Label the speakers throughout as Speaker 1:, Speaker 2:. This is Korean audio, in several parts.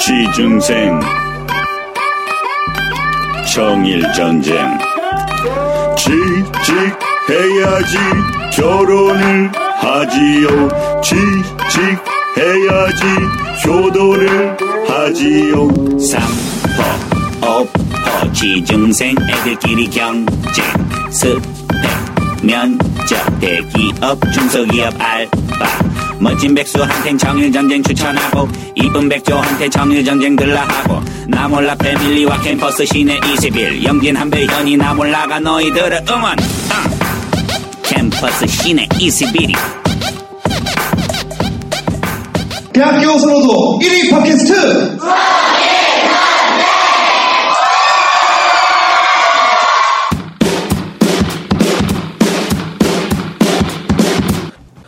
Speaker 1: 지중생 청일전쟁 취직해야지 결혼을 하지요 취직해야지 효도를 하지요
Speaker 2: 삼포 오포 지중생 애들끼리 경쟁 스펙 면접 대기업 중소기업 알바 멋진 백수한텐 정일전쟁 추천하고 이쁜 백조한테 정일전쟁 들라하고 나몰라 패밀리와 캠퍼스 시내 21 영진 한배현이 나몰라가 너희들을 응원 땅. 캠퍼스 시내 21이
Speaker 3: 대학교 선호도 1위 팟캐스트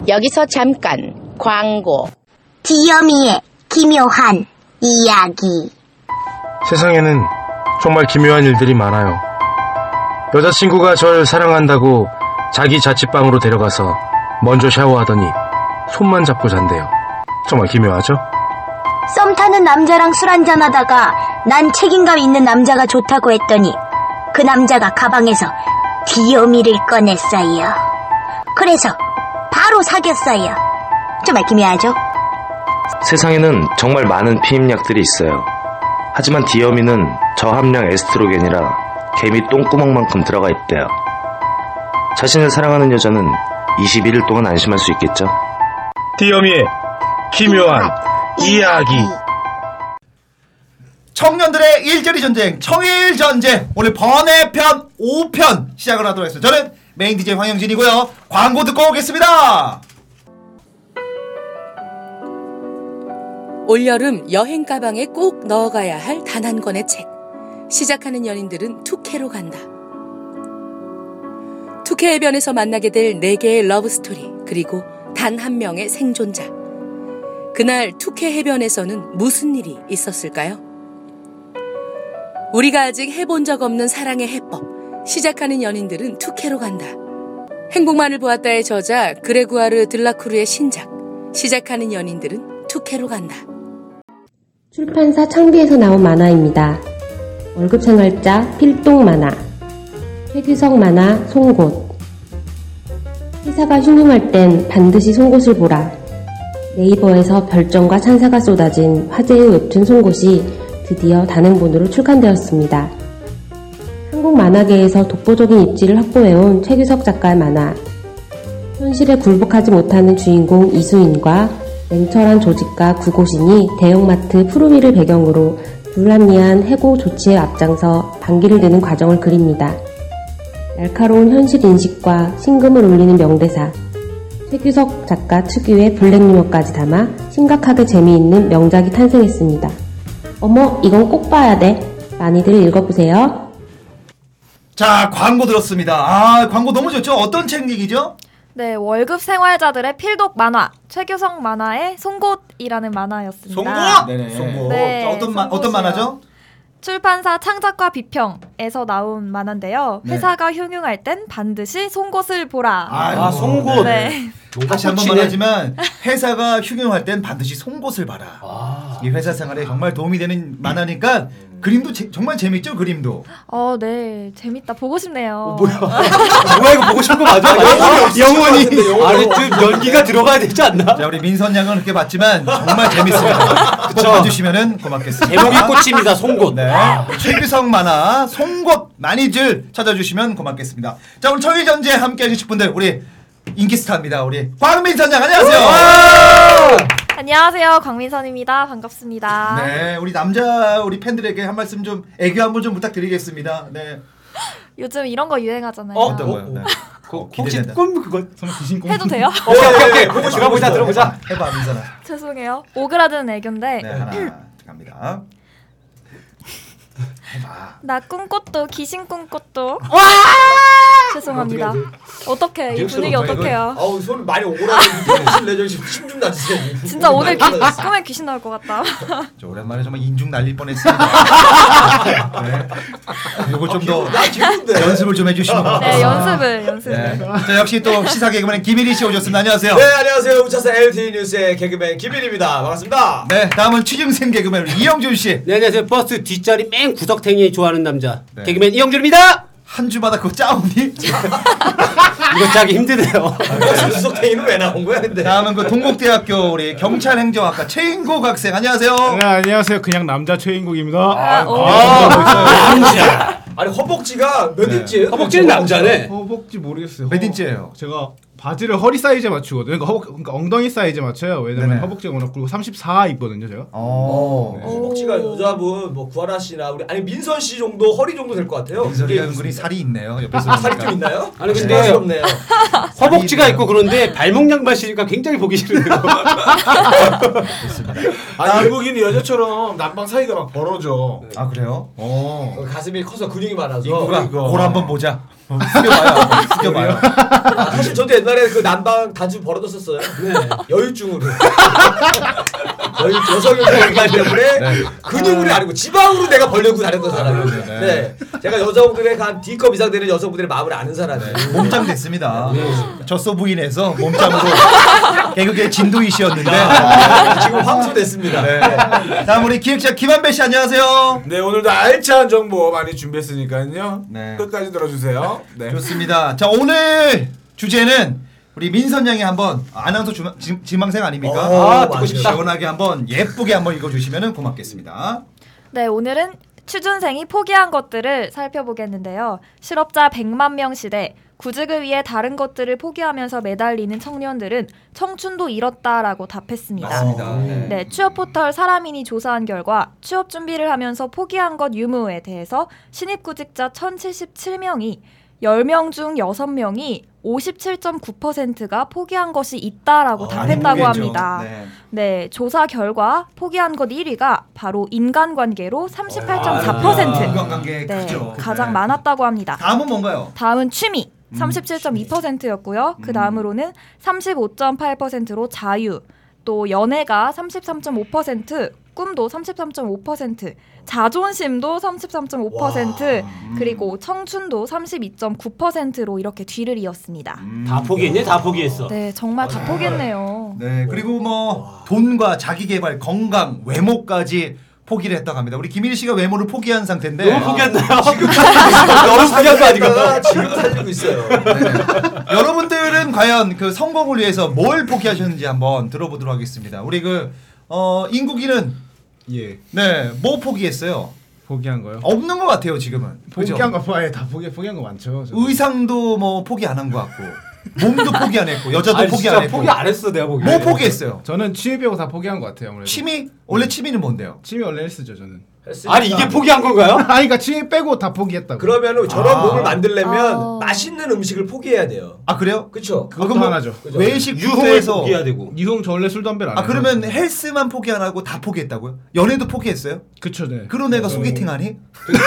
Speaker 4: 여기서 잠깐 광고.
Speaker 5: 디어미의 기묘한 이야기.
Speaker 6: 세상에는 정말 기묘한 일들이 많아요. 여자친구가 절 사랑한다고 자기 자취방으로 데려가서 먼저 샤워하더니 손만 잡고 잔대요. 정말 기묘하죠?
Speaker 5: 썸 타는 남자랑 술 한잔 하다가 난 책임감 있는 남자가 좋다고 했더니 그 남자가 가방에서 디어미를 꺼냈어요. 그래서 바로 사귀었어요. 정말 기묘하죠?
Speaker 7: 세상에는 정말 많은 피임약들이 있어요. 하지만 디어미는 저함량 에스트로겐이라 개미 똥구멍만큼 들어가 있대요. 자신을 사랑하는 여자는 21일 동안 안심할 수 있겠죠?
Speaker 6: 디어미의 기묘한 이야기.
Speaker 3: 청년들의 일자리 전쟁 청일 전쟁 오늘 번외편 5편 시작을 하도록 하겠습니다 저는 메인 DJ 황영진이고요 광고 듣고 오겠습니다
Speaker 8: 올여름 여행 가방에 꼭 넣어가야 할 단 한 권의 책. 시작하는 연인들은 투케로 간다. 투케 해변에서 만나게 될 네개의 러브스토리, 그리고 단 한 명의 생존자. 그날 투케 해변에서는 무슨 일이 있었을까요? 우리가 아직 해본 적 없는 사랑의 해법. 시작하는 연인들은 투케로 간다. 행복만을 보았다의 저자 그레구아르 들라쿠르의 신작. 시작하는 연인들은 투케로 간다.
Speaker 9: 출판사 창비에서 나온 만화입니다. 월급 생활자 필동 만화, 최규석 만화 송곳. 회사가 흉흉할 땐 반드시 송곳을 보라. 네이버에서 별점과 찬사가 쏟아진 화제의 웹툰 송곳이 드디어 단행본으로 출간되었습니다. 한국 만화계에서 독보적인 입지를 확보해온 최규석 작가의 만화. 현실에 굴복하지 못하는 주인공 이수인과 냉철한 조직가 구고신이 대형마트 푸르미를 배경으로 불합리한 해고 조치에 앞장서 반기를 드는 과정을 그립니다. 날카로운 현실 인식과 신금을 울리는 명대사, 최규석 작가 특유의 블랙 유머까지 담아 심각하게 재미있는 명작이 탄생했습니다. 어머, 이건 꼭 봐야 돼. 많이들 읽어보세요.
Speaker 3: 자 광고 들었습니다 아 광고 너무 좋죠 어떤 책 얘기죠
Speaker 10: 네, 월급 생활자들의 필독 만화 최규성 만화의 송곳이라는 만화였습니다.
Speaker 3: 네네. 송곳
Speaker 10: 음, 아, 네,
Speaker 3: 자, 어떤 마, 어떤
Speaker 10: 송곳이요.
Speaker 3: 만화죠
Speaker 10: 출판사 창작과 비평에서 나온 만화인데요. 회사가 흉흉할 땐 반드시 송곳을 보라.
Speaker 3: 네. 아
Speaker 11: 송곳.
Speaker 10: 네.
Speaker 3: 다시 한 번 말하지만 회사가 흉흉할 땐 반드시 송곳을 봐라.
Speaker 11: 아,
Speaker 3: 이 회사 생활에 정말 도움이 되는 만화니까
Speaker 11: 음.
Speaker 3: 그림도 제- 정말 재밌죠 그림도.
Speaker 10: 어, 네. 재밌다. 보고 싶네요.
Speaker 11: 뭐야 이거 보고 싶은 거 맞아? 영원히 아니 좀 연기가 들어가야 되지 않나?
Speaker 3: 자 우리 민선 양은 그렇게 봤지만 정말 재밌습니다. 꼭 봐주시면은 고맙겠습니다.
Speaker 11: 제목이 꽃입니다. 송곳.
Speaker 3: 네.
Speaker 11: 그렇죠.
Speaker 3: 최규성 만화 송곳 많이들 찾아주시면 고맙겠습니다. 자 오늘 청일 전제 함께 해주실 분들 우리 인기 스타입니다. 우리 광민선 양 안녕하세요.
Speaker 10: 안녕하세요. 광민선입니다.
Speaker 9: 아.
Speaker 10: 반갑습니다.
Speaker 3: 네 우리 남자 우리 팬들에게 한 말씀 좀 애교 한 번 좀 부탁드리겠습니다. 네.
Speaker 10: 요즘 이런 거 유행하잖아요.
Speaker 11: 어,
Speaker 3: 어떤 거요? 네.
Speaker 11: 그, 혹시
Speaker 3: 기대된다. 네,
Speaker 11: 꿈 그거?
Speaker 10: 해도 돼요?
Speaker 1: 어,
Speaker 11: 오케이 오케이 오케이. 들어보자 들어보자.
Speaker 3: 해봐 민선아.
Speaker 10: 죄송해요. 오그라드는 애교인데
Speaker 3: 네 하나 갑니다.
Speaker 9: 나 아, 꿈꽃도 귀신 꿈꽃도. 죄송합니다. 어떻게 이 분위기 어떡해요?
Speaker 1: 아우 손 많이 오그라들고 실내적 지금 힘좀 나주세요.
Speaker 9: 진짜 오늘 어, 네,
Speaker 1: 아,
Speaker 9: 귀, 꿈에 귀신 나올 것 같다.
Speaker 3: 저 오랜만에 정말 인중 날릴 뻔했습니다. 네. 요걸 좀
Speaker 1: 아,
Speaker 3: 더 연습을 좀 해주시면
Speaker 9: 네,
Speaker 3: 고맙겠습니다.
Speaker 9: 연습을 연습을.
Speaker 3: 네. 자, 역시 또 시사 개그맨 김일희 씨 오셨습니다. 안녕하세요.
Speaker 1: 네 안녕하세요 우차사 LTE 뉴스의 개그맨 김일입니다. 반갑습니다.
Speaker 3: 네, 다음은 취중생 개그맨 우리 이영준 씨.
Speaker 7: 네, 안녕하세요. 버스 뒷자리 맨 구석탱이 좋아하는 남자. 개그맨 이영준입니다.
Speaker 3: 네. 한 주마다 그거 짜오니?
Speaker 7: 이거 짜기 힘드네요.
Speaker 1: 구석탱이는 왜 나온 거야 근데?
Speaker 3: 다음은 그 동국대학교 우리 경찰행정학과 최인국 학생. 안녕하세요.
Speaker 6: 네, 안녕하세요. 그냥 남자 최인국입니다. 아,
Speaker 3: 뭐
Speaker 7: 아, 뭐
Speaker 1: 남자. 아니 허벅지가 몇 인치예요?
Speaker 6: 뭐 허벅지 모르겠어요.
Speaker 3: 몇 인치예요?
Speaker 6: 제가 바지를 허리 사이즈에 맞추거든요. 그러니까, 허벅, 그러니까 엉덩이 사이즈에 맞춰요. 왜냐면 허벅지가 워낙 굵고 34 입거든요, 제가.
Speaker 3: 어.
Speaker 1: 허벅지가 여자분 뭐 구하라 씨나 우리 아니 민선 씨 정도 허리 정도 될 것 같아요.
Speaker 3: 민선이 은근히 살이 있네요. 옆에서
Speaker 1: 아, 살이 좀 있나요?
Speaker 7: 아니
Speaker 1: 네.
Speaker 7: 근데
Speaker 1: 부끄럽네요.
Speaker 7: 허벅지가 있고 그런데 발목 양말 신으니까 굉장히 보기 싫은데요.
Speaker 12: 아 외국인 여자처럼 남방 사이가 막 벌어져.
Speaker 3: 아 그래요? 어.
Speaker 1: 가슴이 커서 근육이 많아서.
Speaker 3: 인구가 골 한번 보자.
Speaker 12: 어.
Speaker 1: 아, 사실 저도 옛날에 그 난방 단추 벌어졌었어요.
Speaker 12: 네.
Speaker 1: 여유증으로. 여유 여성욕이기 때문에
Speaker 12: 네.
Speaker 1: 근육으로 아니고 지방으로 내가 벌려고 다녔던
Speaker 12: 아,
Speaker 1: 사람이에요.
Speaker 3: 네,
Speaker 1: 네. 제가 여성들의 한 D컵 이상 되는 여성분들의 마음을 아는
Speaker 12: 네.
Speaker 1: 사람이에요.
Speaker 3: 몸짱 됐습니다.
Speaker 1: 네,
Speaker 3: 젖소 부인에서 몸짱으로 개그계 진도이시였는데
Speaker 1: 아. 지금 황소됐습니다. 네.
Speaker 3: 다음 우리 기획자 김한배 씨 안녕하세요.
Speaker 12: 네 오늘도 알찬 정보 많이 준비했으니까요.
Speaker 1: 네.
Speaker 12: 끝까지 들어주세요. 네.
Speaker 3: 좋습니다. 자 오늘 주제는 우리 민선 양이 한번 아나운서 주마, 지, 지망생 아닙니까?
Speaker 1: 어, 아, 듣고 싶다.
Speaker 3: 시원하게 한번 예쁘게 한번 읽어주시면 고맙겠습니다.
Speaker 9: 네, 오늘은 취준생이 포기한 것들을 살펴보겠는데요. 실업자 100만 명 시대, 구직을 위해 다른 것들을 포기하면서 매달리는 청년들은 청춘도 잃었다라고 답했습니다.
Speaker 1: 맞습니다. 네.
Speaker 9: 네, 취업 포털 사람인이 조사한 결과 취업 준비를 하면서 포기한 것 유무에 대해서 신입 구직자 1,077명이 10명 중 6명이 57.9%가 포기한 것이 있다라고
Speaker 3: 아,
Speaker 9: 답했다고
Speaker 13: 많이 포기했죠.
Speaker 9: 합니다.
Speaker 13: 네.
Speaker 9: 네, 조사 결과 포기한 것 1위가 바로 인간관계로 38.4%.
Speaker 3: 아, 인간관계
Speaker 9: 어, 네,
Speaker 3: 크죠.
Speaker 9: 가장
Speaker 3: 네.
Speaker 9: 많았다고 합니다.
Speaker 3: 다음은 뭔가요?
Speaker 9: 다음은 취미. 37.2%였고요. 그 다음으로는 35.8%로 자유, 또 연애가 33.5%, 꿈도 33.5%, 자존심도 33.5%, 그리고 청춘도 32.9%로 이렇게 뒤를 이었습니다.
Speaker 7: 다 포기했네, 다 포기했어.
Speaker 9: 네, 정말 다 포기했네요.
Speaker 3: 네 그리고 뭐 돈과 자기 개발, 건강, 외모까지 포기를 했다고 합니다. 우리 김일 씨가 외모를 포기한 상태인데
Speaker 7: 너무 포기했나요?
Speaker 3: 지금
Speaker 7: 너무 포기한 거 아닌가?
Speaker 1: 지금 살리고 있어요.
Speaker 3: 아, 여러분들은 과연 그 성공을 위해서 뭘 포기하셨는지 한번 들어보도록 하겠습니다. 우리 그 어, 인국이는
Speaker 6: 예.
Speaker 3: 네, 뭐 포기했어요?
Speaker 6: 포기한 거요?
Speaker 3: 없는 것 같아요 지금은. 그죠?
Speaker 6: 포기한 거 봐요. 다 포기 포기한 거 많죠. 저는.
Speaker 3: 의상도 뭐 포기 안 한 것 같고 몸도 포기 안 했고 여자도
Speaker 6: 아니,
Speaker 3: 포기
Speaker 6: 진짜
Speaker 3: 안 했고
Speaker 6: 포기 안 했어, 내가 보기에.
Speaker 3: 뭐 포기했어요?
Speaker 6: 저는 취미 빼고 다 포기한 것 같아요. 아무래도.
Speaker 3: 취미? 원래 취미는 뭔데요?
Speaker 6: 취미 원래 헬스죠, 저는.
Speaker 1: 아니, 이게 포기한 건가요?
Speaker 6: 아니 그러니까 취미 빼고 다 포기했다고.
Speaker 1: 그러면
Speaker 6: 아.
Speaker 1: 저런 몸을 만들려면 맛있는 음식을 포기해야 돼요.
Speaker 3: 아 그래요?
Speaker 1: 그쵸.
Speaker 6: 그것도 하나죠.
Speaker 3: 외식 부페에서
Speaker 7: 되고.
Speaker 6: 유흥 저 원래 술 담배를 안
Speaker 3: 아
Speaker 6: 해요. 네.
Speaker 3: 그러면 헬스만 포기 안 하고 다 포기했다고요? 연애도 포기했어요?
Speaker 6: 그쵸, 네.
Speaker 3: 그런
Speaker 1: 어.
Speaker 3: 애가 소개팅 하니?
Speaker 1: 그러니까.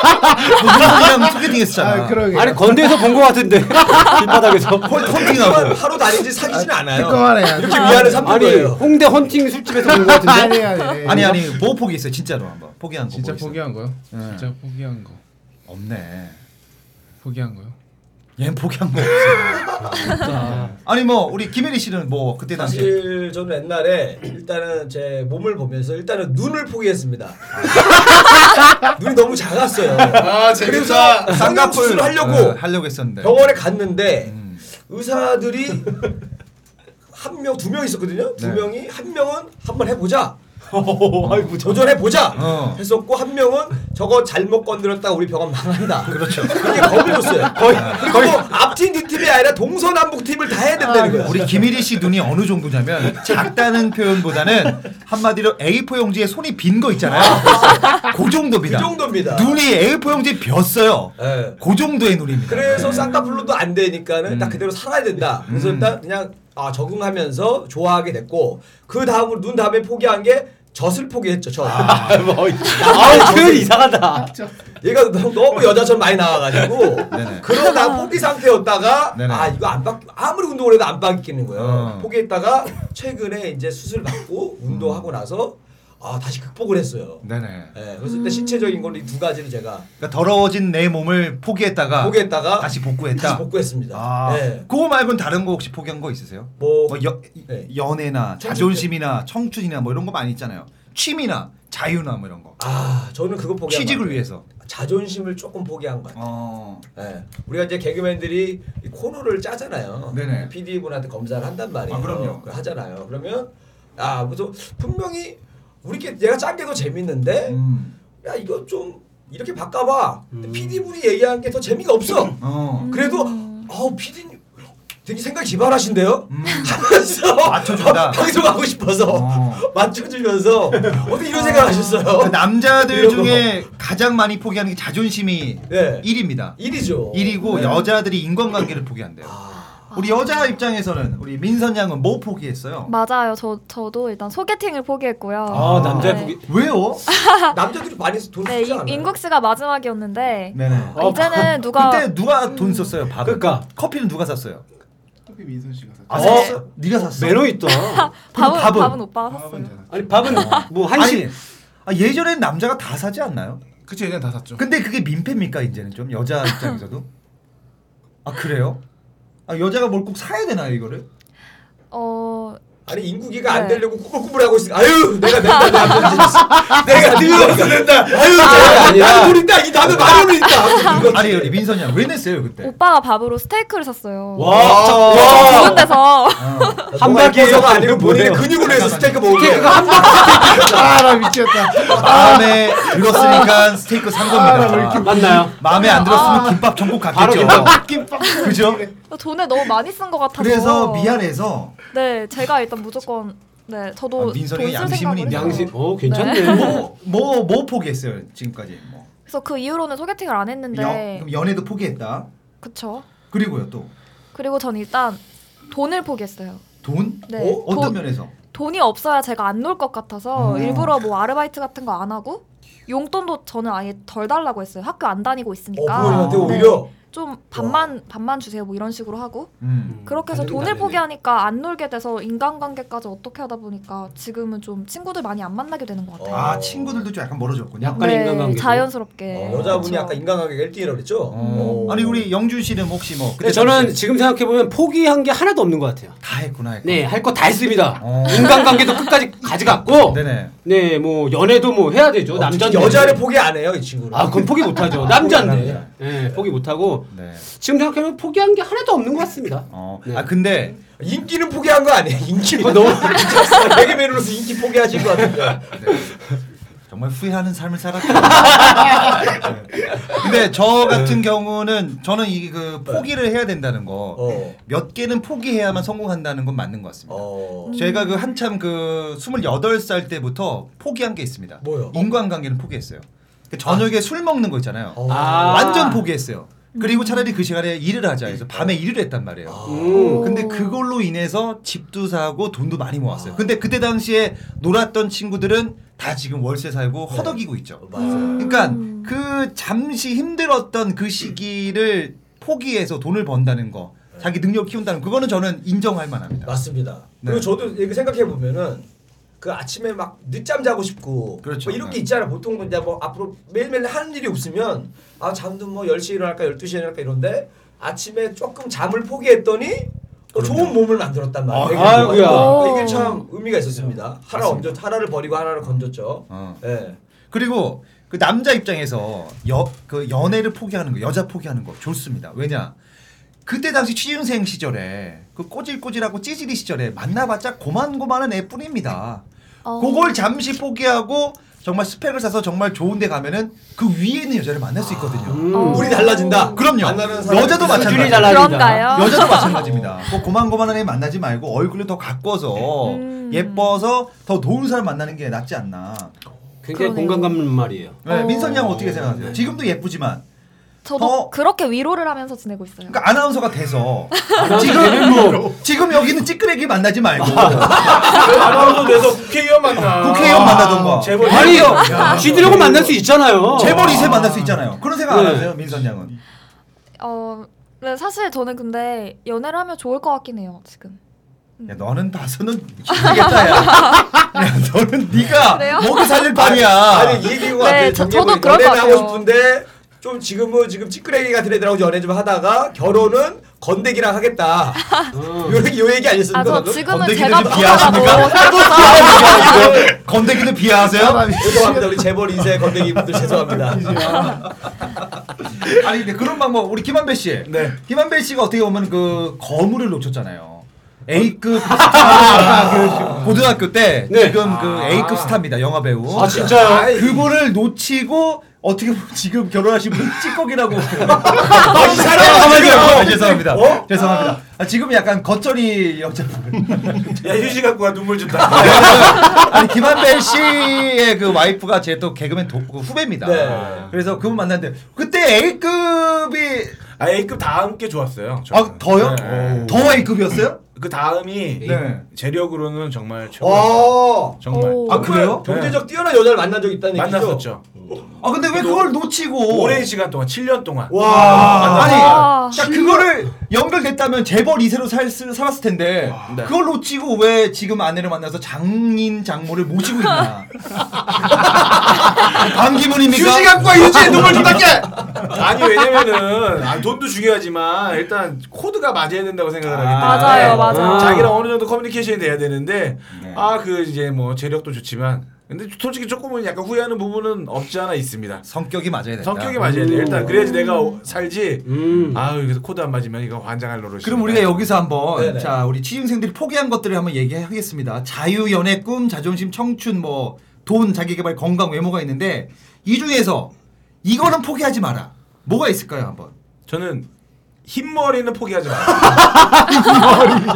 Speaker 3: 그냥 소개팅 했었잖아.
Speaker 6: 아, 그러게요.
Speaker 7: 아니 건대에서 본 것 같은데 길바닥에서
Speaker 1: 헌팅하고 하루 다니지 사귀진 않아요.
Speaker 6: 그만해.
Speaker 1: 이렇게 미안해 삼는
Speaker 7: 아니
Speaker 1: 거예요.
Speaker 7: 홍대 헌팅 술집에서 본 것 같은데
Speaker 6: 아니, 아니,
Speaker 3: 아니 아니 뭐 포기했어요 진짜로 한번 포기한 거
Speaker 6: 진짜
Speaker 3: 뭐 있어요?
Speaker 6: 포기한 거요? 진짜 포기한 거.
Speaker 3: 없네.
Speaker 6: 포기한 거요?
Speaker 3: 얘는 포기한 거 없어요. 아니 뭐 우리 김혜리 씨는 뭐 그때 당시
Speaker 1: 사실 저는 옛날에 일단은 제 몸을 보면서 일단은 눈을 포기했습니다. 눈이 너무 작았어요.
Speaker 3: 아, 재밌다.
Speaker 1: 그래서
Speaker 3: 쌍꺼풀.
Speaker 1: 쌍꺼풀 하려고
Speaker 3: 네, 하려고 했었는데. 음.
Speaker 1: 병원에 갔는데 의사들이 한 명 두 명 있었거든요. 두
Speaker 3: 네.
Speaker 1: 명이 한 명은 한번 해보자. 도전해 보자
Speaker 3: 어.
Speaker 1: 했었고 한 명은 저거 잘못 건드렸다 우리 병원 망한다. 그렇죠. 그게 겁을 줬어요. 거의 그리고 앞팀 뒷팀이 아니라 동서남북 팀을 다 해야 된다는 거야.
Speaker 3: 우리 김일희 씨 눈이 어느 정도냐면 작다는 표현보다는 한마디로 A4 용지에 손이 빈 거 있잖아요. 그 정도입니다.
Speaker 1: 그 정도입니다.
Speaker 3: 눈이 A4 용지 볐어요.
Speaker 1: 예.
Speaker 3: 그 정도의 눈입니다.
Speaker 1: 그래서 쌍꺼풀로도 안 되니까는
Speaker 3: 음.
Speaker 1: 딱 그대로 살아야 된다. 그래서 일단 그냥 아, 적응하면서 좋아하게 됐고 그 다음으로 눈 다음에 포기한 게 젖을 포기했죠. 젖.
Speaker 7: 아우, 표현 이상하다.
Speaker 1: 얘가 너무, 너무 여자처럼 많이 나와가지고
Speaker 7: 네네.
Speaker 1: 그러다 포기 상태였다가
Speaker 7: 네네.
Speaker 1: 아 이거 안 바뀌 아무리 운동을 해도 안 바뀌는 거예요.
Speaker 3: 어.
Speaker 1: 포기했다가 최근에 이제 수술 받고 운동하고 나서 아 다시 극복을 했어요.
Speaker 3: 음. 네네.
Speaker 1: 예, 그래서 일단 신체적인 걸로 이두 가지를 제가
Speaker 3: 그러니까 더러워진 내 몸을 포기했다가
Speaker 1: 포기했다가
Speaker 3: 다시 복구했다.
Speaker 1: 다시 복구했습니다.
Speaker 3: 아,
Speaker 1: 네.
Speaker 3: 그거 말고는 다른 거 혹시 포기한 거 있으세요?
Speaker 1: 뭐,
Speaker 3: 여, 연애나 자존심이나 청춘이나 뭐 이런 거 많이 있잖아요. 취미나 자유나 뭐 이런 거.
Speaker 1: 아 저는 그거 포기한 것
Speaker 3: 취직을
Speaker 1: 같아요.
Speaker 3: 위해서. 어.
Speaker 1: 자존심을 조금 포기한 것 같아요. 예, 우리가 이제 개그맨들이 이 코너를 짜잖아요.
Speaker 3: 네네.
Speaker 1: PD분한테 검사를 한단 말이에요.
Speaker 3: 아, 그럼요.
Speaker 1: 그걸 하잖아요. 그러면 아 그래서 분명히 우리께 얘가 짠 게 더 재밌는데 야 이거 좀 이렇게 바꿔봐. PD분이 얘기한 게 더 재미가 없어. 그래도 아우 PD님 되게 생각 기발하신데요? 하면서
Speaker 3: 어,
Speaker 1: 맞춰준다. 방송하고 싶어서 맞춰주면서 어떻게 이런 생각을 하셨어요?
Speaker 3: 그 남자들
Speaker 1: 이런 거.
Speaker 3: 중에 가장 많이 포기하는 게 자존심이
Speaker 1: 네.
Speaker 3: 1위입니다.
Speaker 1: 1위죠.
Speaker 3: 1위고
Speaker 1: 네. 아.
Speaker 3: 여자들이 인간관계를 포기한대요. 우리 여자 입장에서는 우리 민선 양은 뭐 포기했어요?
Speaker 9: 맞아요. 저 저도 일단 소개팅을 포기했고요. 네.
Speaker 3: 왜요?
Speaker 1: 아, 남자들이 많이 돈
Speaker 9: 네,
Speaker 1: 쓰지
Speaker 9: 인-
Speaker 1: 않아요?
Speaker 9: 인국스가 마지막이었는데
Speaker 3: 네네.
Speaker 9: 어, 이제는 누가-
Speaker 3: 그때 누가
Speaker 9: 음.
Speaker 3: 돈 썼어요? 밥. 그러니까 커피는 누가 샀어요?
Speaker 6: 커피 민선 씨가 샀죠.
Speaker 3: 아, 샀어? 네가 샀어.
Speaker 6: 매너 있다.
Speaker 9: 밥은,
Speaker 3: 밥은?
Speaker 9: 밥은 오빠가 샀어요.
Speaker 3: 아니 밥은 뭐 한식. 아 예전엔 남자가 다 사지 않나요? 그치 예전 다 샀죠. 근데 그게 민폐입니까 이제는 좀 여자 입장에서도? 아 그래요? 아 여자가 뭘 꼭 사야 되나요 이거를?
Speaker 9: 어
Speaker 1: 아니 인구기가 안 되려고 꾸불꾸불 하고 있으니까 아유 내가 맨날 남자 내가 늘려서 된다 아유
Speaker 3: 아,
Speaker 1: 내가
Speaker 3: 아니야.
Speaker 1: 나도 우린다 이 남의 마음을 있다
Speaker 3: 아니 우리 민선이 형왜 냈어요 그때?
Speaker 9: 오빠가 밥으로 스테이크를 샀어요.
Speaker 3: 와, 자,
Speaker 1: 와.
Speaker 9: 그것 돼서
Speaker 1: 한바퀴가 아니고 본인의 근육으로 해서 스테이크 먹은 거예요
Speaker 6: 아나 미치겠다.
Speaker 3: 마음에 들었으니까 스테이크 산 겁니다. 맞나요? 마음에 안 들었으면 김밥 전국 갔겠죠.
Speaker 6: 김밥.
Speaker 3: 그죠?
Speaker 9: 돈을 너무 많이 쓴 것 같아서.
Speaker 3: 그래서 미안해서
Speaker 9: 네, 제가 일단 무조건 네, 저도
Speaker 3: 아, 민선이
Speaker 9: 돈쓸
Speaker 3: 양심은
Speaker 9: 생각을
Speaker 3: 있네.
Speaker 9: 해서.
Speaker 3: 어
Speaker 9: 괜찮네.
Speaker 3: 뭐뭐 뭐, 뭐 포기했어요 지금까지? 뭐.
Speaker 9: 그래서 그 이후로는 소개팅을 안
Speaker 3: 여,
Speaker 9: 했는데.
Speaker 3: 그럼 연애도 포기했다.
Speaker 9: 그쵸.
Speaker 3: 그리고요 또
Speaker 9: 그리고 전 일단 돈을 포기했어요.
Speaker 3: 돈?
Speaker 9: 네.
Speaker 3: 어? 어떤
Speaker 9: 돈.
Speaker 3: 면에서?
Speaker 9: 돈이 없어야 제가 안 놀 것 같아서
Speaker 3: 어.
Speaker 9: 일부러 뭐 아르바이트 같은 거 안 하고 용돈도 저는 아예 덜 달라고 했어요. 학교 안 다니고
Speaker 3: 어, 뭐.
Speaker 9: 있으니까.
Speaker 1: 부모님한테 오히려?
Speaker 9: 좀 반만 반만 주세요 뭐 이런 식으로 하고
Speaker 3: 음.
Speaker 9: 그렇게 해서
Speaker 1: 다르긴
Speaker 9: 돈을
Speaker 1: 다르네.
Speaker 9: 포기하니까 안 놀게 돼서 인간관계까지 어떻게 하다 보니까 지금은 좀 친구들 많이 안 만나게 되는 것 같아요. 네.
Speaker 3: 아 친구들도 좀 약간 멀어졌군요.
Speaker 7: 그러니까
Speaker 9: 자연스럽게
Speaker 1: 어, 여자분이
Speaker 9: 그렇죠.
Speaker 1: 아까 인간관계가 1등이라고 그랬죠?
Speaker 3: 어.
Speaker 7: 어.
Speaker 3: 아니 우리 영준 씨는 혹시 뭐
Speaker 7: 근데 저는 지금 생각해 보면 포기한 게 하나도 없는 것 같아요.
Speaker 3: 다 했구나. 했구나.
Speaker 7: 네, 할 거 다 했습니다. 인간관계도 끝까지 가져갔고,
Speaker 3: 네네.
Speaker 7: 네, 뭐 연애도 뭐 해야 되죠. 남자
Speaker 1: 특히 어, 여자를 포기 안 해요 이 친구는
Speaker 7: 아, 그건 포기 못 하죠. 남자인데, 네, 포기 못 하고. 지금 생각해보면 포기한 게 하나도 없는 것 같습니다.
Speaker 3: 어. 아 근데
Speaker 9: 음.
Speaker 1: 인기는 포기한 거 아니에요 인기는
Speaker 7: 어,
Speaker 1: 너무 개그맨으로서 인기 포기하신 것 같은데
Speaker 3: 정말 후회하는 삶을 살았죠. 네. 근데 저 같은 경우는 저는 이 그 포기를 해야 된다는 거 몇 개는 포기해야만 성공한다는 건 맞는 것 같습니다.
Speaker 1: 어,
Speaker 3: 제가 그 한참 그 28살 때부터 포기한 게 있습니다. 뭐요? 인간관계는 포기했어요. 그 저녁에 술 먹는 거 있잖아요.
Speaker 7: 아.
Speaker 3: 완전 포기했어요. 그리고 차라리 그 시간에 일을 하자 해서 밤에 일을 했단 말이에요.
Speaker 7: 오.
Speaker 3: 근데 그걸로 인해서 집도 사고 돈도 많이 모았어요. 근데 그때 당시에 놀았던 친구들은 다 지금 월세 살고 허덕이고 있죠. 그러니까 그 잠시 힘들었던 그 시기를 포기해서 돈을 번다는 거, 자기 능력 키운다는 거, 그거는 저는 인정할 만합니다.
Speaker 1: 맞습니다.
Speaker 3: 네.
Speaker 1: 그리고 저도 이렇게 생각해 보면은 그 아침에 막 늦잠 자고 싶고
Speaker 7: 그렇죠.
Speaker 1: 뭐 이런 게 있잖아. 보통 근데 뭐 앞으로 매일매일 하는 일이 없으면 아 잠도 뭐 10시에 일어날까 12시에 일어날까 이런데 아침에 조금 잠을 포기했더니 또 좋은 몸을 만들었단 말이에요.
Speaker 7: 아, 아이고야.
Speaker 1: 그러니까 이게 참 의미가 있었습니다. 하나 얹었 하나를 버리고 하나를 건졌죠.
Speaker 3: 어.
Speaker 1: 네.
Speaker 3: 그리고 그 남자 입장에서 여, 그 연애를 포기하는 거, 여자 포기하는 거 좋습니다. 왜냐? 그때 당시 취준생 시절에 그 꼬질꼬질하고 찌질이 시절에 만나봤자 고만고만한 애뿐입니다.
Speaker 9: 어.
Speaker 3: 그걸 잠시 포기하고 정말 스펙을 사서 정말 좋은데 가면은 그 위에 있는 여자를 만날 수 있거든요.
Speaker 1: 우리 달라진다.
Speaker 3: 그럼요.
Speaker 1: 음. 어. 만나는 사람의
Speaker 3: 여자도
Speaker 1: 수준이
Speaker 7: 아,
Speaker 3: 마찬가지.
Speaker 1: 달라진다. 그런가요?
Speaker 3: 여자도 마찬가지입니다. 뭐 고만고만한 애 만나지 말고 얼굴을 더
Speaker 1: 네.
Speaker 3: 가꿔서 예뻐서 더 좋은 사람 만나는 게 낫지 않나.
Speaker 9: 그렇죠.
Speaker 7: 굉장히 공감 가는 말이에요.
Speaker 1: 어.
Speaker 3: 네, 민선 양 어떻게 생각하세요? 지금도 예쁘지만
Speaker 9: 저도 그렇게 위로를 하면서 지내고 있어요.
Speaker 3: 그러니까 아나운서가 돼서
Speaker 9: 아나운서
Speaker 3: 지금
Speaker 9: 되는
Speaker 3: 지금 여기는 찌끄레기 만나지 말고
Speaker 12: 아나운서 돼서 국회의원 만나.
Speaker 3: 국회의원 만나던가
Speaker 12: 재벌
Speaker 7: 아니요.
Speaker 3: 야.
Speaker 7: 쥐들하고 만날 수 있잖아요.
Speaker 3: 재벌 이세 만날 수 있잖아요. 그런 생각 안
Speaker 7: 네.
Speaker 3: 하세요, 민선 양은?
Speaker 9: 어, 네, 사실 저는 근데 연애를 하면 좋을 것 같긴 해요. 지금.
Speaker 1: 음.
Speaker 3: 야, 너는 봐서는 힘들겠다, 야. 야, 너는 네가
Speaker 9: 그래요?
Speaker 3: 먹이 살릴 판이야.
Speaker 1: 아니, 아니, 이기고
Speaker 9: 네,
Speaker 1: 같아.
Speaker 9: 저- 저도 그럴 것
Speaker 1: 연애를 하고
Speaker 9: 같아요.
Speaker 1: 싶은데 좀 지금은 지금 찌끄레기 같은 애들하고 연애 좀 하다가 결혼은 건데기랑 하겠다. 요, 얘기- 요 얘기 아니었습니까?
Speaker 9: 아, 저
Speaker 1: 방금?
Speaker 9: 지금은 제가
Speaker 3: 음. 건데기는 비하하십니까? 건데기는 비하하세요?
Speaker 1: 죄송합니다. 우리 재벌 인세 건데기분들 죄송합니다.
Speaker 3: 아니 근데 그런 방법 우리 김한배 씨.
Speaker 1: 네.
Speaker 3: 김한배 씨가 어떻게 보면 그 거물을 놓쳤잖아요. A급 스타 그 고등학교 때
Speaker 1: 네.
Speaker 3: 지금 그
Speaker 1: 아.
Speaker 3: A급 스타입니다 영화 배우.
Speaker 7: 아, 진짜요?
Speaker 3: 아이. 그분을 놓치고 어떻게 보면 지금 결혼하신 분 찌꺼기라고. 아,
Speaker 1: 어?
Speaker 3: 죄송합니다. 죄송합니다. 죄송합니다. 아, 지금 약간 겉절이 여자분.
Speaker 12: 야 휴지 갖고 와 눈물 좀
Speaker 3: 아니 김한배 씨의 그 와이프가 제 또 개그맨 도, 그 후배입니다.
Speaker 1: 네.
Speaker 3: 그래서 그분 만났는데 그때 A급이
Speaker 12: 아 A급 다음 게 좋았어요.
Speaker 3: 아 더요?
Speaker 12: 네.
Speaker 3: 더 A급이었어요?
Speaker 12: 그 다음이
Speaker 3: 네.
Speaker 12: 재력으로는 정말 최고.
Speaker 1: 어.
Speaker 12: 정말. 네.
Speaker 3: 아, 그래요?
Speaker 1: 네. 경제적 뛰어난 여자를 만난 적 있다는 얘기죠.
Speaker 12: 만났었죠.
Speaker 3: 아 근데 왜 그걸 놓치고
Speaker 12: 오랜 시간 동안 7년 동안.
Speaker 3: 와 아니
Speaker 12: 만났어요.
Speaker 3: 자 그거를 연결됐다면 재벌 2세로 살, 살았을 텐데
Speaker 12: 네.
Speaker 3: 그걸 놓치고 왜 지금 아내를 만나서 장인 장모를 모시고 있나 반기문입니까?
Speaker 12: 휴지 갖고 와, 휴지! 눈물 좀 닦게! 아니 왜냐면은 아, 돈도 중요하지만 일단 코드가 맞아야 된다고 생각을 하기 때문에 음,
Speaker 9: 맞아요, 맞아요.
Speaker 12: 자기랑 어느 정도 커뮤니케이션이 돼야 되는데
Speaker 1: 네.
Speaker 12: 아 그 이제 뭐 재력도 좋지만 근데 솔직히 조금은 약간 후회하는 부분은 없지 않아 있습니다.
Speaker 3: 성격이 맞아야
Speaker 1: 네,
Speaker 3: 된다.
Speaker 12: 성격이 맞아야 돼. 일단 그래야지
Speaker 3: 음.
Speaker 12: 내가 오- 살지. 아유 여기서 코드 안 맞으면 이거 환장할 노릇이.
Speaker 3: 그럼 우리가 여기서 한번
Speaker 12: 네. 네네.
Speaker 3: 자 우리 취준생들이 포기한 것들을 한번 얘기하겠습니다. 자유, 연애, 꿈, 자존심, 청춘, 뭐 돈, 자기개발, 건강, 외모가 있는데 이 중에서 이거는 포기하지 마라. 뭐가 있을까요 한번?
Speaker 12: 저는 흰머리는 포기하지 마라.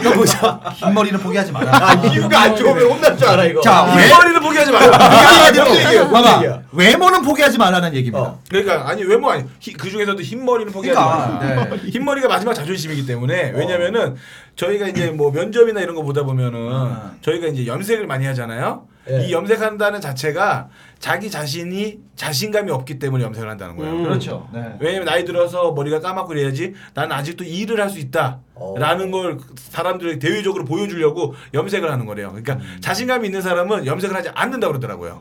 Speaker 3: 이거 보자. 긴 머리는 포기하지 마라.
Speaker 1: 아, 이유가 안 좋으면 혼날 줄 알아 이거.
Speaker 3: 자,
Speaker 1: 이
Speaker 3: 왜-
Speaker 1: 머리는 포기하지 마요. 무슨 얘기예요?
Speaker 3: 한마디로
Speaker 1: 무슨
Speaker 3: 봐봐
Speaker 1: 얘기야?
Speaker 3: 외모는 포기하지 말라는 얘기입니다.
Speaker 12: 그러니까 아니 외모 아니 그 중에서도 흰 머리는 포기하지 마.
Speaker 3: 그러니까, 어.
Speaker 12: 요 흰 머리가 마지막 자존심이기 때문에 왜냐면은 저희가 이제 뭐 면접이나 이런 거 보다 보면은
Speaker 3: 아.
Speaker 12: 저희가 이제 염색을 많이 하잖아요.
Speaker 1: 예.
Speaker 12: 이 염색한다는 자체가 자기 자신이 자신감이 없기 때문에 염색을 한다는 거예요.
Speaker 3: 음. 그렇죠. 네.
Speaker 12: 왜냐면 나이 들어서 머리가 까맣고 그래야지 난 아직도 일을 할 수
Speaker 1: 어.
Speaker 12: 있다라는 걸 사람들에게 대외적으로 보여주려고 염색을 하는 거래요. 그러니까
Speaker 1: 음.
Speaker 12: 자신감이 있는 사람은 염색을 하지 않는다 그러더라고요.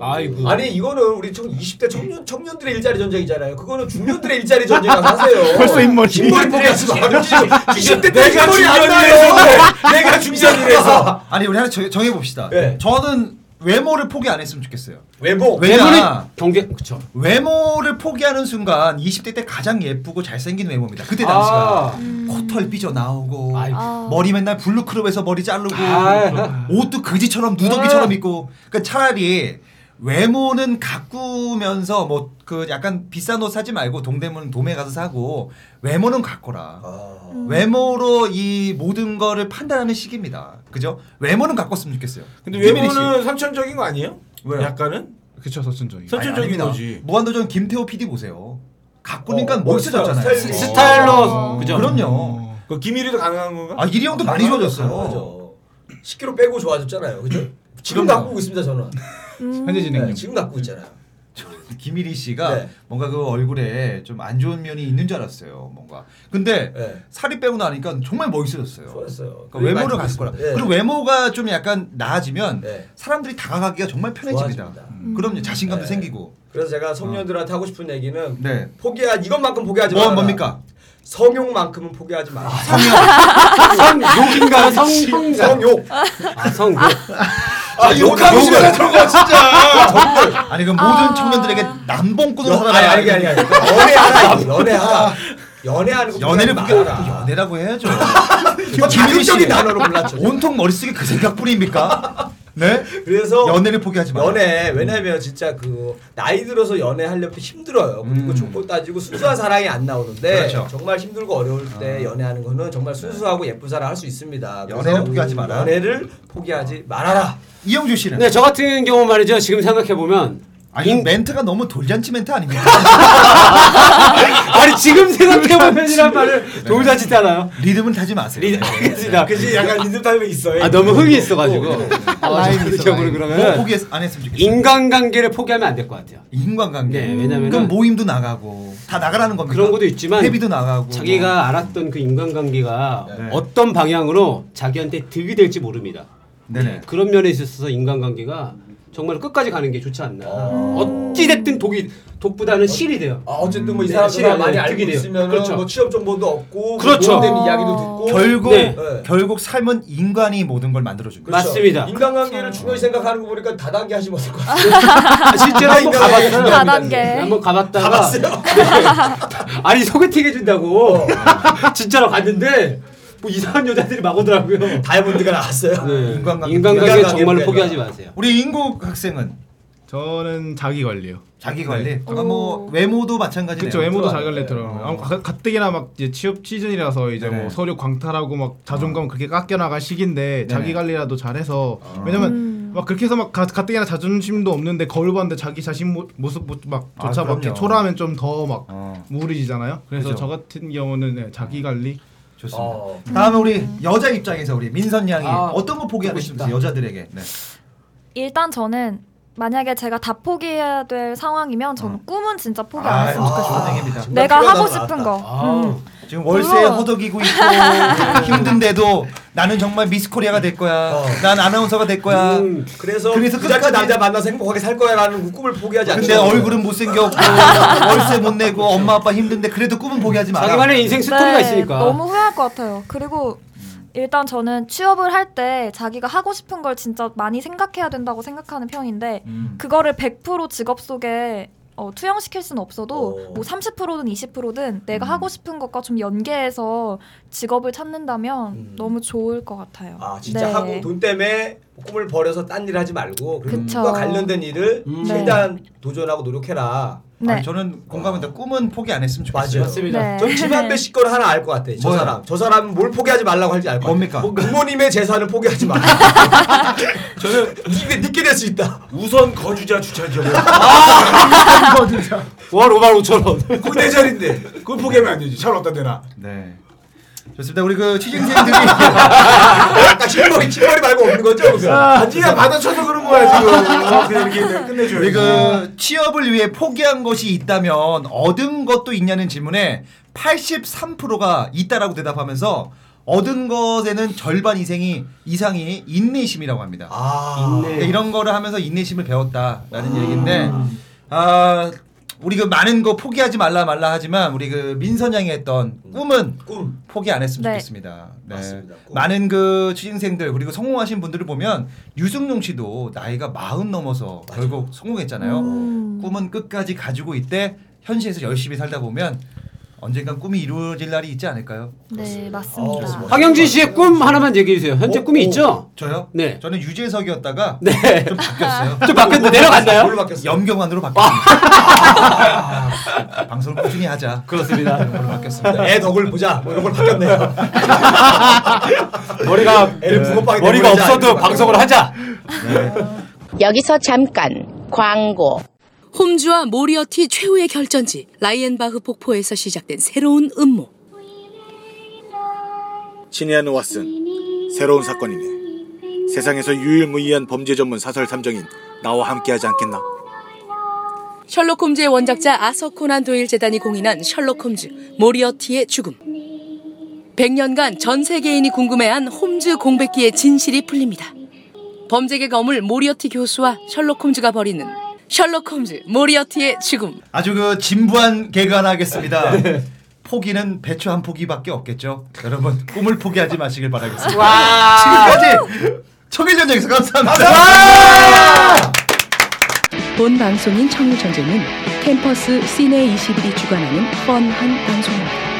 Speaker 7: 아이고.
Speaker 1: 어. 아니 이거는 우리 청 20대 청년 청년들의 일자리 전쟁이잖아요. 그거는 중년들의 일자리 전쟁이라고 하세요.
Speaker 6: 벌써 흰머리.
Speaker 1: 흰머리 포기하지 마. 지금 20대 때
Speaker 12: 내가
Speaker 1: 흰머리 안
Speaker 12: 중년이라서
Speaker 1: 나요. 내가 중년이라서.
Speaker 3: 아니 우리 하나 정, 정해봅시다. 저는 외모를 포기 안 했으면 좋겠어요.
Speaker 1: 외모.
Speaker 3: 왜냐?
Speaker 7: 경제 그쵸.
Speaker 3: 외모를 포기하는 순간 20대 때 가장 예쁘고 잘생긴 외모입니다. 그때 당시가
Speaker 7: 아.
Speaker 3: 코털 삐져 나오고
Speaker 7: 아이고.
Speaker 3: 머리 맨날 블루크롭에서 머리 자르고
Speaker 7: 아.
Speaker 3: 옷도 그지처럼 누더기처럼 입고 그러니까 차라리 외모는 가꾸면서 뭐 그 약간 비싼 옷 사지 말고 동대문 도매 가서 사고 외모는 가꿔라. 외모로 이 모든 거를 판단하는 시기입니다. 그죠? 외모는 가꿨으면 좋겠어요.
Speaker 12: 근데
Speaker 3: 유민희 씨.
Speaker 12: 외모는 선천적인 거 아니에요?
Speaker 3: 왜요?
Speaker 12: 약간은?
Speaker 6: 그쵸 선천적인.
Speaker 12: 선천적인
Speaker 3: 아니, 아닙니다.
Speaker 12: 거지.
Speaker 3: 무한도전 김태호 PD 보세요. 가꾸니까
Speaker 12: 어,
Speaker 3: 멋있어졌잖아요.
Speaker 12: 스타일- 스타일리시.
Speaker 7: 스타일러, 그죠?
Speaker 3: 럼요
Speaker 1: 음.
Speaker 12: 그 김일이도 가능한 건가?
Speaker 3: 아 이리 형도 많이 좋아졌어요. 음.
Speaker 1: 맞아. 10kg 빼고 좋아졌잖아요. 그죠? 지금
Speaker 3: 그럼요.
Speaker 1: 바꾸고 있습니다 저는.
Speaker 6: 현재 진행형.
Speaker 1: 네, 지금 바꾸고 있잖아요.
Speaker 3: 김일희 씨가 뭔가 그 얼굴에 좀 안 좋은 면이 있는 줄 알았어요. 뭔가. 근데
Speaker 1: 네.
Speaker 3: 살이 빼고 나니까 정말 멋있어졌어요.
Speaker 1: 좋았어요.
Speaker 3: 그러니까 외모를 가을 거라.
Speaker 1: 네.
Speaker 3: 그리고 외모가 좀 약간 나아지면
Speaker 1: 네.
Speaker 3: 사람들이 다가가기가 정말 편해집니다. 음. 그럼요. 자신감도
Speaker 1: 네.
Speaker 3: 생기고.
Speaker 1: 그래서 제가 청년들한테 하고 싶은 얘기는
Speaker 3: 네.
Speaker 1: 포기하 이것만큼 포기하지
Speaker 3: 뭐
Speaker 1: 마.
Speaker 3: 뭡니까? 아,
Speaker 1: 성욕만큼은 포기하지 마.
Speaker 7: 성욕인가요? 성-
Speaker 1: 성-
Speaker 7: 성-
Speaker 1: 성욕.
Speaker 7: 아, 성구.
Speaker 1: 아 욕하고
Speaker 3: 욕을
Speaker 1: 싶어요
Speaker 3: 해.
Speaker 1: 저런 거 진짜. 정말.
Speaker 3: 아니 그 모든 청년들에게 남봉꾼으로
Speaker 1: 연-
Speaker 3: 살아라.
Speaker 1: 아니, 아니, 아니, 아니. 연애하라, 연애하라. 연애하는 거
Speaker 3: 연애를
Speaker 1: 포기하지
Speaker 3: 그게
Speaker 1: 마라.
Speaker 3: 연애라고 해야죠. 그
Speaker 1: 이거 자극적인 단어로 골랐죠.
Speaker 3: 온통 머릿속에 그 생각뿐입니까? 네?
Speaker 1: 그래서
Speaker 3: 연애를 포기하지 음. 마.
Speaker 1: 연애 왜냐면 진짜 그 나이 들어서 연애하려면 힘들어요. 그리고 조건 따지고 순수한 사랑이 안 나오는데
Speaker 3: 음. 그렇죠. 아.
Speaker 1: 정말 힘들고 어려울 때 연애하는 거는 정말 순수하고 예쁜 사랑 할 수 있습니다. 그래서
Speaker 3: 연애를 포기하지 마라.
Speaker 1: 연애를 포기하지 말아라.
Speaker 3: 이영주 씨는
Speaker 7: 네, 근데 저 같은 경우 말이죠. 지금 생각해 보면
Speaker 3: 아니 멘트가 너무 돌잔치 멘트 아닙니까?
Speaker 7: 아니 지금 생각해보면이란 말을 돌잔치 때 하나요?
Speaker 3: 리듬은 타지 마세요.
Speaker 1: 네.
Speaker 3: 네.
Speaker 7: 알겠습니다.
Speaker 12: 그지 약간 리듬 타면 있어.
Speaker 7: 아 너무 흥이 있어가지고
Speaker 1: 아,
Speaker 3: 라임이 있어,
Speaker 7: 적으로
Speaker 3: 라임.
Speaker 7: 그러면
Speaker 3: 뭐 포기 안 했으면 좋겠어요.
Speaker 7: 인간관계를 포기하면 안 될 것 같아요.
Speaker 3: 인간관계.
Speaker 7: 네, 왜냐면
Speaker 3: 그럼 모임도 나가고 다 나가라는 겁니까?
Speaker 7: 그런 것도 있지만
Speaker 3: 회비도 나가고 네.
Speaker 7: 자기가 알았던 그 인간관계가 네. 어떤 방향으로 자기한테 득이 될지 모릅니다.
Speaker 3: 네네.
Speaker 7: 그런 면에 있어서 인간관계가 정말 끝까지 가는 게 좋지 않나. 어찌 됐든 독이 독보다는 실이 돼요.
Speaker 1: 아, 어쨌든 뭐 이
Speaker 7: 네,
Speaker 1: 사람
Speaker 7: 실이
Speaker 1: 들 많이
Speaker 7: 돼요.
Speaker 1: 알고
Speaker 7: 득이 돼요.
Speaker 1: 있으면
Speaker 7: 그렇죠.
Speaker 1: 뭐 취업 정보도 없고
Speaker 7: 그렇죠.
Speaker 1: 뭐 그런 이야기도 듣고
Speaker 3: 결국
Speaker 1: 네.
Speaker 3: 결국 삶은 인간이 모든 걸 만들어 줍니다.
Speaker 1: 그렇죠. 인간관계를 중요히 생각하는 거 보니까 다단계 하시면서
Speaker 7: 아, 실제로 한번
Speaker 1: 인간관계
Speaker 7: 가봤어요.
Speaker 1: 다단계.
Speaker 7: 한번 가봤다가
Speaker 1: 가봤어요?
Speaker 7: 네. 아니 소개팅 해준다고 진짜로 갔는데 뭐 이상한 여자들이 막 오더라고요.
Speaker 1: 그렇죠. 다이아몬드가 나왔어요.
Speaker 7: 네. 인간관계, 인간관계 정말로 포기하지 마세요.
Speaker 3: 우리 인구 학생은
Speaker 6: 저는 자기 관리요.
Speaker 3: 자기
Speaker 7: 네.
Speaker 3: 관리. 아까
Speaker 1: 어.
Speaker 3: 뭐 외모도 마찬가지네요. 네.
Speaker 6: 그렇죠. 외모도 자기 관리 들어요. 아무 가- 가뜩이나 막 이제 취업 시즌이라서 이제 뭐 서류 광탈하고 막
Speaker 3: 어.
Speaker 6: 자존감 그렇게 깎여나갈 시기인데 자기 관리라도 잘해서
Speaker 3: 아.
Speaker 6: 왜냐면 막 그렇게 해서 막 가, 가뜩이나 자존심도 없는데 거울 봤는데 자기 자신 모, 모습 못- 막
Speaker 3: 아,
Speaker 6: 조차 막 이렇게
Speaker 3: 그럼요. 아.
Speaker 6: 초라하면 좀 더 막
Speaker 3: 어.
Speaker 1: 아,
Speaker 6: 우울해지잖아요. 그래서
Speaker 3: 그죠.
Speaker 6: 저 같은 경우는 네, 자기 관리
Speaker 3: 좋습니다. 다음에 우리 여자 입장에서 우리 민선 양이
Speaker 9: 아,
Speaker 3: 어떤 거 포기하고 싶으세요? 여자들에게. 네.
Speaker 9: 일단 저는 만약에 제가 다 포기해야 될 상황이면 저는 꿈은 진짜 포기
Speaker 7: 아,
Speaker 9: 안 했으면 좋겠어요.
Speaker 3: 좋은 얘기입니다.
Speaker 9: 내가 하고 싶은 거.
Speaker 1: 아,
Speaker 9: 음.
Speaker 3: 지금 월세에
Speaker 9: 물론.
Speaker 3: 허덕이고 있고 힘든데도 나는 정말 미스코리아가 될 거야. 난 아나운서가 될 거야.
Speaker 1: 그래서
Speaker 3: 그래서
Speaker 1: 그 자체
Speaker 3: 끝까지
Speaker 1: 남자 만나서 행복하게 살 거야라는 그 꿈을 포기하지 않죠.
Speaker 3: 근데 얼굴은 못생겼고 월세 못 내고 엄마 아빠 힘든데 그래도 꿈은 포기하지 마라.
Speaker 9: 네, 너무 후회할 것 같아요. 그리고 일단 저는 취업을 할 때 자기가 하고 싶은 걸 진짜 많이 생각해야 된다고 생각하는 편인데
Speaker 3: 음.
Speaker 9: 그거를 100% 직업 속에 어, 투영시킬 수는 없어도 뭐 30%든 20%든 내가 하고 싶은 것과 좀 연계해서 직업을 찾는다면 너무 좋을 것 같아요.
Speaker 1: 아 진짜
Speaker 9: 네.
Speaker 1: 하고 돈 때문에 꿈을 버려서 딴 일 하지 말고 그리고
Speaker 9: 그쵸.
Speaker 1: 꿈과 관련된 일을
Speaker 9: 음.
Speaker 1: 최대한 도전하고 노력해라.
Speaker 9: 네. 아니,
Speaker 3: 저는 공감합니다. 꿈은 포기 안 했으면 좋겠어요.
Speaker 1: 맞아요.
Speaker 3: 맞습니다. 네.
Speaker 1: 전 집안 몇십 건 하나 알 것 같아. 저
Speaker 3: 뭐요?
Speaker 1: 사람. 저 사람은 뭘 포기하지 말라고 할지 알 것 같아. 뭡니까? 부모님의 재산을 포기하지 마. 저는 니게 니게 될 수 있다.
Speaker 12: 우선 거주자 주차지역.
Speaker 1: 아.
Speaker 7: 월 5만 5천 원.
Speaker 12: 그거 내 자리인데. 그걸 포기하면 안 되지. 차를 어디다 대나.
Speaker 3: 네. 좋습니다. 우리 그 취준생들이
Speaker 1: 아까 흰머리 흰머리 말고 없는 거죠? 무슨?
Speaker 12: 아니야 받아쳐서 그런 거야 지금. 어, 그냥 이렇게 끝내줘요.
Speaker 3: 우리 그 취업을 위해 포기한 것이 있다면 얻은 것도 있냐는 질문에 83%가 있다라고 대답하면서 얻은 것에는 절반 이상이 이상이 인내심이라고 합니다. 그러니까 이런 거를 하면서 인내심을 배웠다라는 얘기인데 아 우리 그 많은 거 포기하지 말라 말라 하지만 우리 그 민선양이 했던 음. 꿈은 포기 안 했으면
Speaker 1: 네.
Speaker 3: 좋겠습니다. 네. 많은 그 취준생들 그리고 성공하신 분들을 보면 유승용 씨도 나이가 마흔 넘어서 결국 성공했잖아요. 꿈은 끝까지 가지고 있대 현실에서 열심히 살다 보면 언젠간 꿈이 이루어질 날이 있지 않을까요?
Speaker 9: 네,
Speaker 3: 아,
Speaker 9: 맞습니다.
Speaker 1: 어,
Speaker 7: 황영진 씨의 꿈 하나만 얘기해 주세요. 현재
Speaker 3: 어,
Speaker 7: 꿈이
Speaker 3: 어,
Speaker 7: 있죠?
Speaker 3: 저요?
Speaker 7: 네.
Speaker 3: 저는 유재석이었다가 좀 바뀌었어요. 아,
Speaker 7: 좀 바뀌었는데 내려갔나요? 아.
Speaker 3: 뭘로 바뀌었어요? 염경환으로 바뀌었어요. 아, 방송 을 꾸준히 하자.
Speaker 7: 그렇습니다.
Speaker 3: 걸로 바뀌었습니다.
Speaker 1: 애 덕을 보자. 뭐 이런 걸 바뀌었네요.
Speaker 7: 머리가
Speaker 1: 애를 붕어빵에
Speaker 7: 머리가
Speaker 1: 내보내자.
Speaker 7: 없어도 방송을 하자.
Speaker 14: 여기서 잠깐 광고.
Speaker 4: 홈즈와 모리어티 최후의 결전지 라이엔바흐 폭포에서 시작된 새로운 음모.
Speaker 13: 치니안 왓슨 새로운 사건이네 세상에서 유일무이한 범죄 전문 사설 탐정인 나와 함께하지 않겠나
Speaker 4: 셜록 홈즈의 원작자 아서 코난 도일 재단이 공인한 셜록 홈즈 모리어티의 죽음. 100년간 전 세계인이 궁금해한 홈즈 공백기의 진실이 풀립니다. 범죄계 거물 모리어티 교수와 셜록 홈즈가 벌이는 셜록 홈즈 모리어티의 죽음.
Speaker 3: 아주 그 진부한 개그 하나 하겠습니다. 포기는 배추 한 포기밖에 없겠죠. 여러분 꿈을 포기하지 마시길 바라겠습니다. 지금까지 청일전쟁에서 감사합니다.
Speaker 4: 본 방송인 청일전쟁은 캠퍼스 시내 21이 주관하는 뻔한 방송입니다.